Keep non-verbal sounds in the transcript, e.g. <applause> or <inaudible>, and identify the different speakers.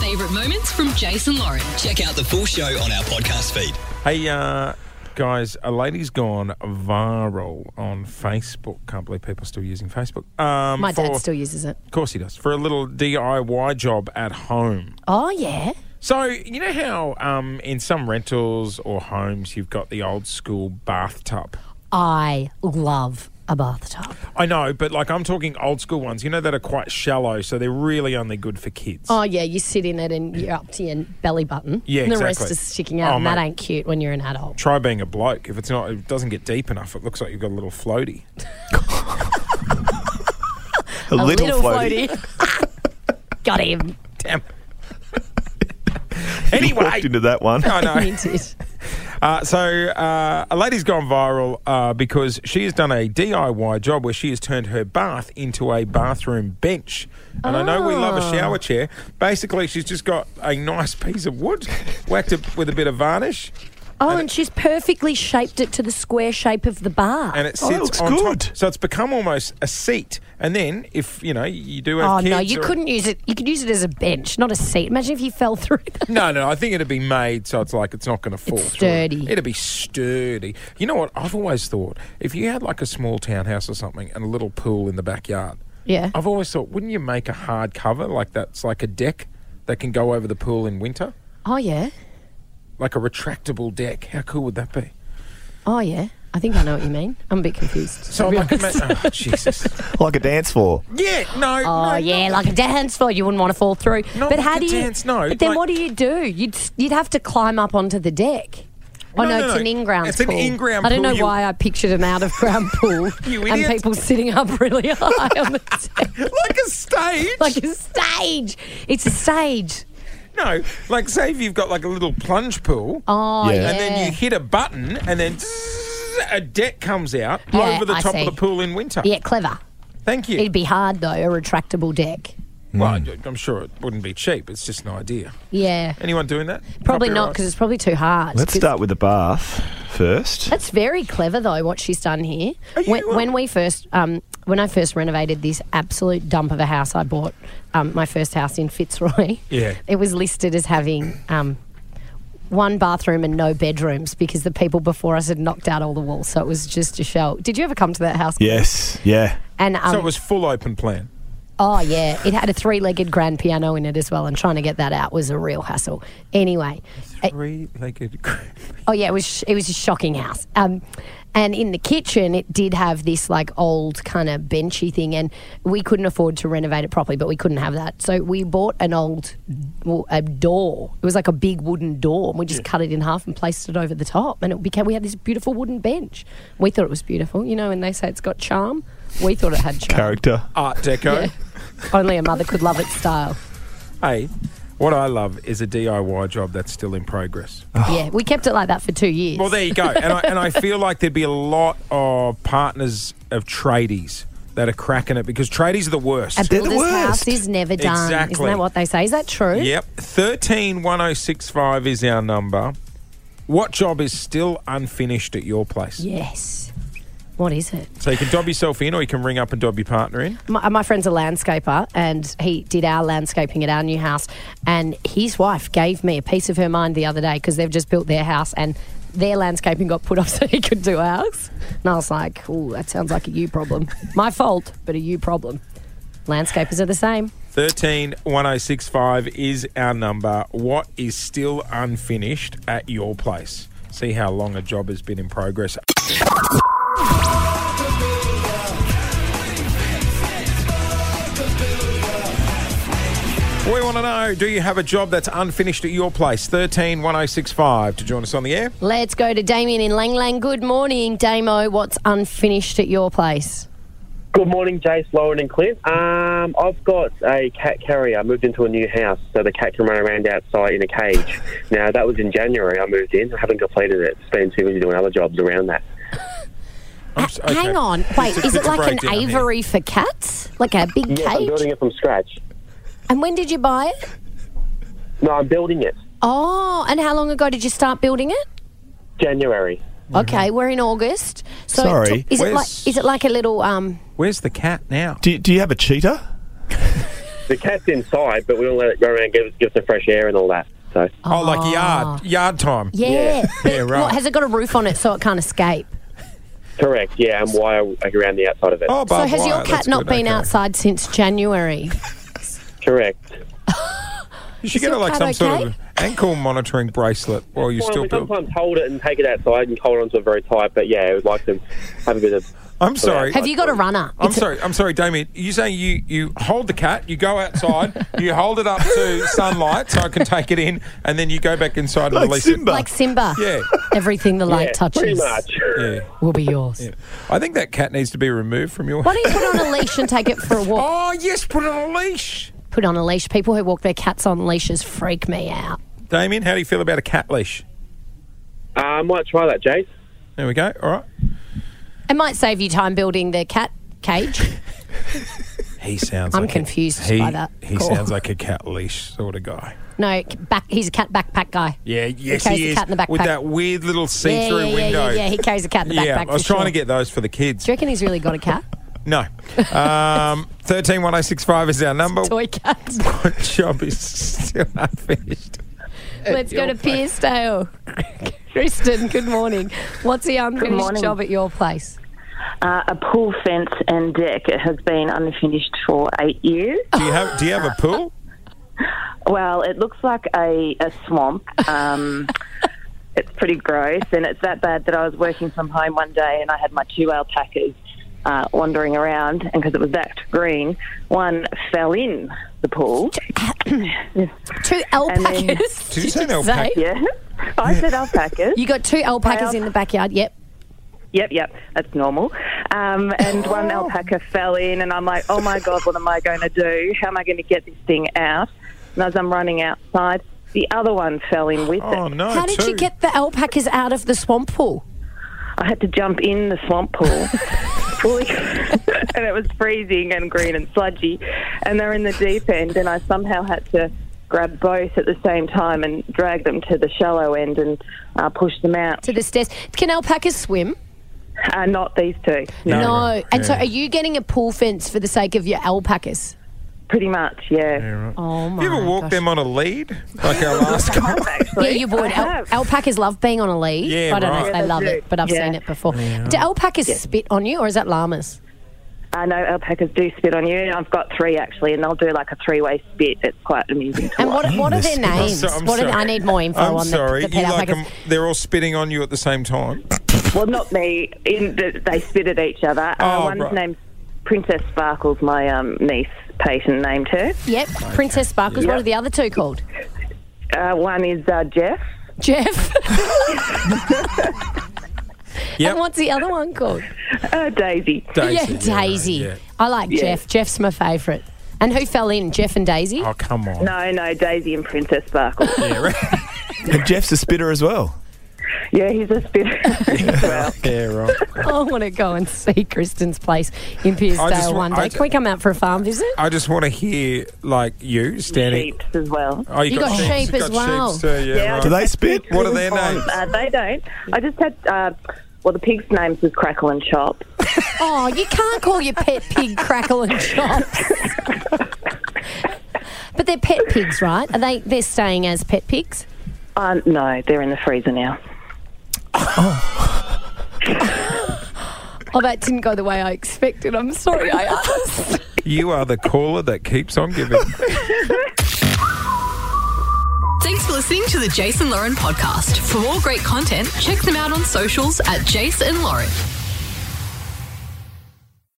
Speaker 1: favourite moments from Jason Lauren.
Speaker 2: Check out the full show on our podcast feed.
Speaker 3: Hey, uh, guys, a lady's gone viral on Facebook. Can't believe people still using Facebook. Um,
Speaker 4: My
Speaker 3: for-
Speaker 4: dad still uses it.
Speaker 3: Of course he does. For a little DIY job at home.
Speaker 4: Oh, yeah.
Speaker 3: So, you know how um, in some rentals or homes you've got the old school bathtub?
Speaker 4: I love a bathtub.
Speaker 3: I know, but like I'm talking old school ones, you know, that are quite shallow, so they're really only good for kids.
Speaker 4: Oh, yeah. You sit in it and you're up to your belly button.
Speaker 3: Yeah,
Speaker 4: And the
Speaker 3: exactly.
Speaker 4: rest is sticking out.
Speaker 3: Oh,
Speaker 4: and that
Speaker 3: mate.
Speaker 4: ain't cute when you're an adult.
Speaker 3: Try being a bloke. If it's not, if it doesn't get deep enough, it looks like you've got a little floaty. <laughs>
Speaker 2: A, little,
Speaker 3: <laughs>
Speaker 4: floaty. Got him.
Speaker 3: Damn. anyway.
Speaker 5: <laughs> walked into that one.
Speaker 3: I
Speaker 5: <laughs>
Speaker 3: know.
Speaker 4: He did.
Speaker 3: Uh, so uh, a lady's gone viral uh, because she has done a DIY job where she has turned her bath into a bathroom bench. And I know we love a shower chair. Basically, she's just got a nice piece of wood, whacked it with a bit of varnish,
Speaker 4: Oh, and she's perfectly shaped it to the square shape of the bar.
Speaker 3: and it
Speaker 5: Oh,
Speaker 3: sits
Speaker 5: that looks
Speaker 3: on
Speaker 5: good.
Speaker 3: top. So it's become almost a seat. And then, if you know, you do have
Speaker 4: Oh no,
Speaker 3: kids
Speaker 4: you
Speaker 3: or-
Speaker 4: couldn't use it. You could use it as a bench, not a seat. Imagine if you fell through. <laughs> That.
Speaker 3: No, no, I think it'd be made so it's like it's not going to fall
Speaker 4: It's
Speaker 3: through.
Speaker 4: sturdy.
Speaker 3: It'd be sturdy. You know what? I've always thought if you had like a small townhouse or something and a little pool in the backyard.
Speaker 4: Yeah.
Speaker 3: I've always thought, wouldn't you make a hard cover like that's like a deck that can go over the pool in winter,
Speaker 4: Oh yeah.
Speaker 3: like a retractable deck? How cool would that be?
Speaker 4: Oh yeah. I think I know what you mean. I'm a bit confused.
Speaker 3: So
Speaker 4: to be
Speaker 3: like, ima-
Speaker 4: honest.
Speaker 3: oh,
Speaker 4: <laughs>
Speaker 3: Jesus.
Speaker 5: Like a dance floor.
Speaker 3: Yeah. No.
Speaker 4: Oh
Speaker 3: no,
Speaker 4: yeah,
Speaker 3: no.
Speaker 4: like a dance floor. You wouldn't want to fall through.
Speaker 3: Not
Speaker 4: but
Speaker 3: like
Speaker 4: how
Speaker 3: a
Speaker 4: do you?
Speaker 3: dance, no,
Speaker 4: But then
Speaker 3: like-
Speaker 4: what do you do? You'd s- you'd have to climb up onto the deck. Oh
Speaker 3: No,
Speaker 4: no,
Speaker 3: no,
Speaker 4: it's
Speaker 3: no.
Speaker 4: an in-ground
Speaker 3: It's an
Speaker 4: pool.
Speaker 3: in-ground
Speaker 4: I don't
Speaker 3: pool,
Speaker 4: know
Speaker 3: you-
Speaker 4: why I pictured an out-of-ground
Speaker 3: <laughs>
Speaker 4: pool
Speaker 3: You
Speaker 4: and
Speaker 3: idiot.
Speaker 4: people sitting up really high on the deck, <laughs>
Speaker 3: Like a stage.
Speaker 4: like a stage. It's a stage.
Speaker 3: no. Like say if you've got like a little plunge pool.
Speaker 4: Oh
Speaker 5: Yeah.
Speaker 4: yeah.
Speaker 3: and then you hit a button, and then a deck comes out
Speaker 4: Yeah,
Speaker 3: over the
Speaker 4: I
Speaker 3: top of
Speaker 4: see.
Speaker 3: the pool in winter.
Speaker 4: yeah, clever.
Speaker 3: Thank you.
Speaker 4: It'd be hard though, a retractable deck.
Speaker 3: well, I- I'm sure it wouldn't be cheap. It's just an idea.
Speaker 4: Yeah.
Speaker 3: Anyone doing that?
Speaker 4: Probably not
Speaker 3: Copyright.
Speaker 4: because it's probably too hard.
Speaker 5: Let's
Speaker 4: 'Cause-
Speaker 5: start with the bath first.
Speaker 4: That's very clever though. What she's done here.
Speaker 3: Are you,
Speaker 4: when,
Speaker 3: uh,
Speaker 4: when we first, um, when I first renovated this absolute dump of a house, I bought um, my first house in Fitzroy.
Speaker 3: Yeah.
Speaker 4: It was listed as having. Um, one bathroom and no bedrooms because the people before us had knocked out all the walls, so it was just a shell. Did you ever come to that house?
Speaker 5: Yes. Yeah.
Speaker 4: And um,
Speaker 3: So it was full open plan.
Speaker 4: Oh yeah, it had a three-legged grand piano in it as well, and trying to get that out was a real hassle. Anyway, it-
Speaker 3: Three-legged. <laughs>
Speaker 4: oh yeah, it was sh- it was a shocking house. Um, and in the kitchen, it did have this like old kind of benchy thing, and we couldn't afford to renovate it properly, but we couldn't have that, so we bought an old well, a door. It was like a big wooden door, and we just cut it in half and placed it over the top, and it became we had this beautiful wooden bench. We thought it was beautiful, you know, and they say it's got charm. We thought it had charm.
Speaker 5: Character.
Speaker 3: Art Deco.
Speaker 4: Only a mother could love its style.
Speaker 3: Hey, what I love is a DIY job that's still in progress.
Speaker 4: Yeah, we kept it like that for two years.
Speaker 3: Well, there you go. And I, and I feel like there'd be a lot of partners of tradies that are cracking it because tradies are the worst.
Speaker 4: a builder's
Speaker 5: worst.
Speaker 4: house is never done. Isn't
Speaker 3: Exactly.
Speaker 4: that what they say? Is that true?
Speaker 3: Yep. 131065 is our number. What job is still unfinished at your place?
Speaker 4: Yes. What is it?
Speaker 3: So you can dob yourself in or you can ring up and dob your partner in.
Speaker 4: My, my friend's a landscaper, and he did our landscaping at our new house. And his wife gave me a piece of her mind the other day because they've just built their house and their landscaping got put off <laughs> so he could do ours. And I was like, "Oh, that sounds like a you problem. my fault, but a you problem." Landscapers are the same.
Speaker 3: 131065 is our number. What is still unfinished at your place? See how long a job has been in progress. We want to know, do you have a job that's unfinished at your place? 131065 to join us on the air.
Speaker 4: Let's go to Damien in Lang Lang. Good morning, Damo. What's unfinished at your place?
Speaker 6: Good morning, Jace, Lauren, and Clint. Um, I've got a cat carrier. I moved into a new house, so the cat can run around outside in a cage. Now, that was in January I moved in. I haven't completed it. It's been too busy doing other jobs around that.
Speaker 3: I'm s- okay.
Speaker 4: Hang on. Wait,
Speaker 3: It's a-
Speaker 4: is it
Speaker 3: it's a
Speaker 4: like an
Speaker 3: breakdown here.
Speaker 4: aviary for cats? Like a big
Speaker 6: Yes, I'm
Speaker 4: cage?
Speaker 6: building it from scratch.
Speaker 4: And when did you buy it?
Speaker 6: No, I'm building it.
Speaker 4: Oh, and how long ago did you start building it?
Speaker 3: Mm-hmm.
Speaker 6: January.
Speaker 4: Okay, we're in August. So it
Speaker 5: Sorry.
Speaker 4: took- is it like
Speaker 3: Where's-
Speaker 4: is it like a little um
Speaker 3: Where's the cat now?
Speaker 5: Do, do you have a cheetah?
Speaker 6: The cat's inside, but we don't let it go around and give, give us the fresh air and all that. So
Speaker 3: Oh, like yard yard time.
Speaker 4: Ah. Yeah.
Speaker 6: Yeah.
Speaker 4: But
Speaker 3: Yeah,
Speaker 4: <laughs> what,
Speaker 3: right.
Speaker 4: has it got a roof on it so it can't escape?
Speaker 6: correct, yeah, and wire around the outside of it.
Speaker 3: Oh, barbed
Speaker 4: so has your
Speaker 3: wire,
Speaker 4: cat
Speaker 3: that's
Speaker 4: not
Speaker 3: good,
Speaker 4: been
Speaker 3: okay.
Speaker 4: outside since January?
Speaker 6: Correct.
Speaker 3: You should
Speaker 4: Is
Speaker 3: get her
Speaker 4: your
Speaker 3: like some
Speaker 4: cat
Speaker 3: sort
Speaker 4: okay?
Speaker 3: of ankle monitoring bracelet while you
Speaker 6: Well,
Speaker 3: still
Speaker 6: we
Speaker 3: build.
Speaker 6: sometimes hold it and take it outside and hold onto it very tight, but yeah, we'd like to have a bit of.
Speaker 3: I'm sorry.
Speaker 4: Have you got a runner?
Speaker 3: I'm
Speaker 4: It's a-
Speaker 3: sorry. I'm sorry, Damien. You saying you you hold the cat, you go
Speaker 4: <laughs>
Speaker 3: outside, you hold it up to sunlight so I can take it in, and then you go back inside and
Speaker 5: Like
Speaker 3: release
Speaker 5: Simba.
Speaker 4: like Simba.
Speaker 3: <laughs> Yeah.
Speaker 4: Everything the light
Speaker 6: Yeah,
Speaker 4: touches
Speaker 6: Pretty much.
Speaker 3: it.
Speaker 4: will be yours.
Speaker 3: Yeah. I think that cat needs to be removed from your.
Speaker 4: Why don't you put it on a leash and take it for a
Speaker 3: <laughs>
Speaker 4: walk?
Speaker 3: Oh yes, put it on a leash.
Speaker 4: Put it on a leash. People who walk their cats on leashes freak me out.
Speaker 3: Damien, how do you feel about a cat leash?
Speaker 6: Uh, I might try that, Jace.
Speaker 3: There we go. All right.
Speaker 4: It might save you time building the cat cage.
Speaker 3: He sounds.
Speaker 4: I'm
Speaker 3: like a-
Speaker 4: confused
Speaker 3: he,
Speaker 4: by that
Speaker 3: He
Speaker 4: call.
Speaker 3: sounds like a cat leash sort of guy.
Speaker 4: No, c- back. He's a cat backpack guy.
Speaker 3: Yeah, yes,
Speaker 4: carries
Speaker 3: he
Speaker 4: the
Speaker 3: is.
Speaker 4: cat in the backpack.
Speaker 3: With that weird little
Speaker 4: yeah,
Speaker 3: see-through
Speaker 4: yeah,
Speaker 3: window.
Speaker 4: Yeah, yeah, yeah, he carries a cat in the
Speaker 3: Yeah,
Speaker 4: backpack.
Speaker 3: I was
Speaker 4: for
Speaker 3: trying
Speaker 4: sure.
Speaker 3: to get those for the kids.
Speaker 4: Do you reckon he's really got
Speaker 3: <laughs>
Speaker 4: a cat?
Speaker 3: No.
Speaker 4: <laughs>
Speaker 3: Um, 131065 is our number.
Speaker 4: Toy cat.
Speaker 3: <laughs> What job is still unfinished?
Speaker 4: Let's go
Speaker 3: <laughs>
Speaker 4: to Piersdale. Kristen, good morning. What's the unfinished
Speaker 7: morning.
Speaker 4: job at your
Speaker 7: <coughs>
Speaker 4: place?
Speaker 7: Uh, a pool fence and deck. It has been unfinished for eight years.
Speaker 3: Do you have Do you have a
Speaker 4: <laughs>
Speaker 3: pool?
Speaker 7: Well, it looks like a, a swamp. Um, it's pretty gross, and it's that bad that I was working from home one day and I had my two alpacas uh, wandering around, and because it was that green, one fell in the pool.
Speaker 4: Two
Speaker 7: then-
Speaker 4: alpacas.
Speaker 3: Did you say an
Speaker 4: just
Speaker 3: alpaca?
Speaker 7: Yeah, <laughs> I said alpacas.
Speaker 4: You got two alpacas in the backyard. Yep.
Speaker 7: Yep, yep, that's normal. Um,
Speaker 3: Oh.
Speaker 7: and one alpaca fell in, and I'm like, oh my God, what am I going to do? How am I going to get this thing out? And as I'm running outside, the other one fell in with
Speaker 3: Oh
Speaker 7: it.
Speaker 3: no!
Speaker 4: How did
Speaker 3: two.
Speaker 4: you get the alpacas out of the swamp pool?
Speaker 7: I had to jump in the swamp pool. <laughs> Fully- and it was freezing and green and sludgy. And they're in the deep end, and I somehow had to grab both at the same time and drag them to the shallow end and uh, push them out.
Speaker 4: to the stairs. Can alpacas swim?
Speaker 7: Uh, not these two. No,
Speaker 4: No. And so,
Speaker 3: Yeah.
Speaker 4: are you getting a pool fence for the sake of your alpacas?
Speaker 7: pretty much, yeah.
Speaker 4: Oh my!
Speaker 3: You ever walk them on a lead like
Speaker 4: <laughs>
Speaker 3: our last call?
Speaker 4: Yeah, you would. Al-
Speaker 7: have.
Speaker 4: alpacas love being on a lead.
Speaker 3: Yeah,
Speaker 4: I don't know
Speaker 3: right.
Speaker 4: if they
Speaker 7: Yeah, they
Speaker 4: love
Speaker 7: do.
Speaker 4: it, but I've
Speaker 7: Yeah.
Speaker 4: seen it before. Do alpacas spit on you, or is that llamas?
Speaker 7: I know alpacas do spit on you. I've got three actually, and they'll do like a three-way spit. It's quite amusing. To
Speaker 4: And what, what are their
Speaker 3: I'm
Speaker 4: names?
Speaker 3: so- I'm
Speaker 4: what are,
Speaker 3: sorry.
Speaker 4: I need more info
Speaker 3: I'm
Speaker 4: on the-
Speaker 3: sorry.
Speaker 4: the, pet
Speaker 3: you like
Speaker 4: alpacas.
Speaker 3: 'em- they're all spitting on you at the same time.
Speaker 7: watch. Well, not me. In the, they spit at each other.
Speaker 3: Oh,
Speaker 7: uh, one's
Speaker 3: right.
Speaker 7: named Princess Sparkles. My um, niece Peyton named her.
Speaker 4: Yep, Princess Sparkles. What are the other two called?
Speaker 7: Uh, one is uh, Jeff.
Speaker 3: <laughs>
Speaker 4: Jeff.
Speaker 3: Yep.
Speaker 4: And what's the other one called?
Speaker 7: Uh, Daisy.
Speaker 3: Daisy.
Speaker 4: <laughs> yeah, Daisy.
Speaker 3: yeah.
Speaker 4: I like Jeff. Jeff's my favourite. And who fell in? Jeff and Daisy.
Speaker 3: Oh come on.
Speaker 7: No, no, Daisy and Princess Sparkles.
Speaker 3: <laughs> Yeah,
Speaker 4: <laughs>
Speaker 3: right.
Speaker 5: And Jeff's a spitter as well.
Speaker 7: yeah, he's a
Speaker 3: <laughs>
Speaker 7: spitter. well,
Speaker 3: yeah, right.
Speaker 4: <laughs> I want to go and see Kristen's place in Piersdale
Speaker 3: wa-
Speaker 4: one day.
Speaker 3: I ju-
Speaker 4: Can we come out for a farm visit?
Speaker 3: I just want to hear like you standing.
Speaker 7: sheeps as well.
Speaker 3: Oh, you,
Speaker 4: You got
Speaker 3: sheep.
Speaker 4: sheep
Speaker 3: You've got
Speaker 4: as well.
Speaker 3: sheeps too, yeah,
Speaker 7: Yeah,
Speaker 3: right.
Speaker 5: Do they spit?
Speaker 3: What are their
Speaker 7: Um,
Speaker 3: names?
Speaker 7: uh, they don't. I just had. Uh, well, the pig's names was Crackle and Chop.
Speaker 4: Oh, you can't call your pet pig Crackle and Chops. but they're pet pigs, right? Are they? They're staying as pet pigs.
Speaker 7: Uh, no, they're in the freezer now.
Speaker 4: Oh, that didn't go the way I expected. I'm sorry I asked.
Speaker 3: You are the caller that keeps on giving.
Speaker 1: Thanks for listening to the Jason Lauren podcast. For more great content, check them out on socials at Jason Lauren.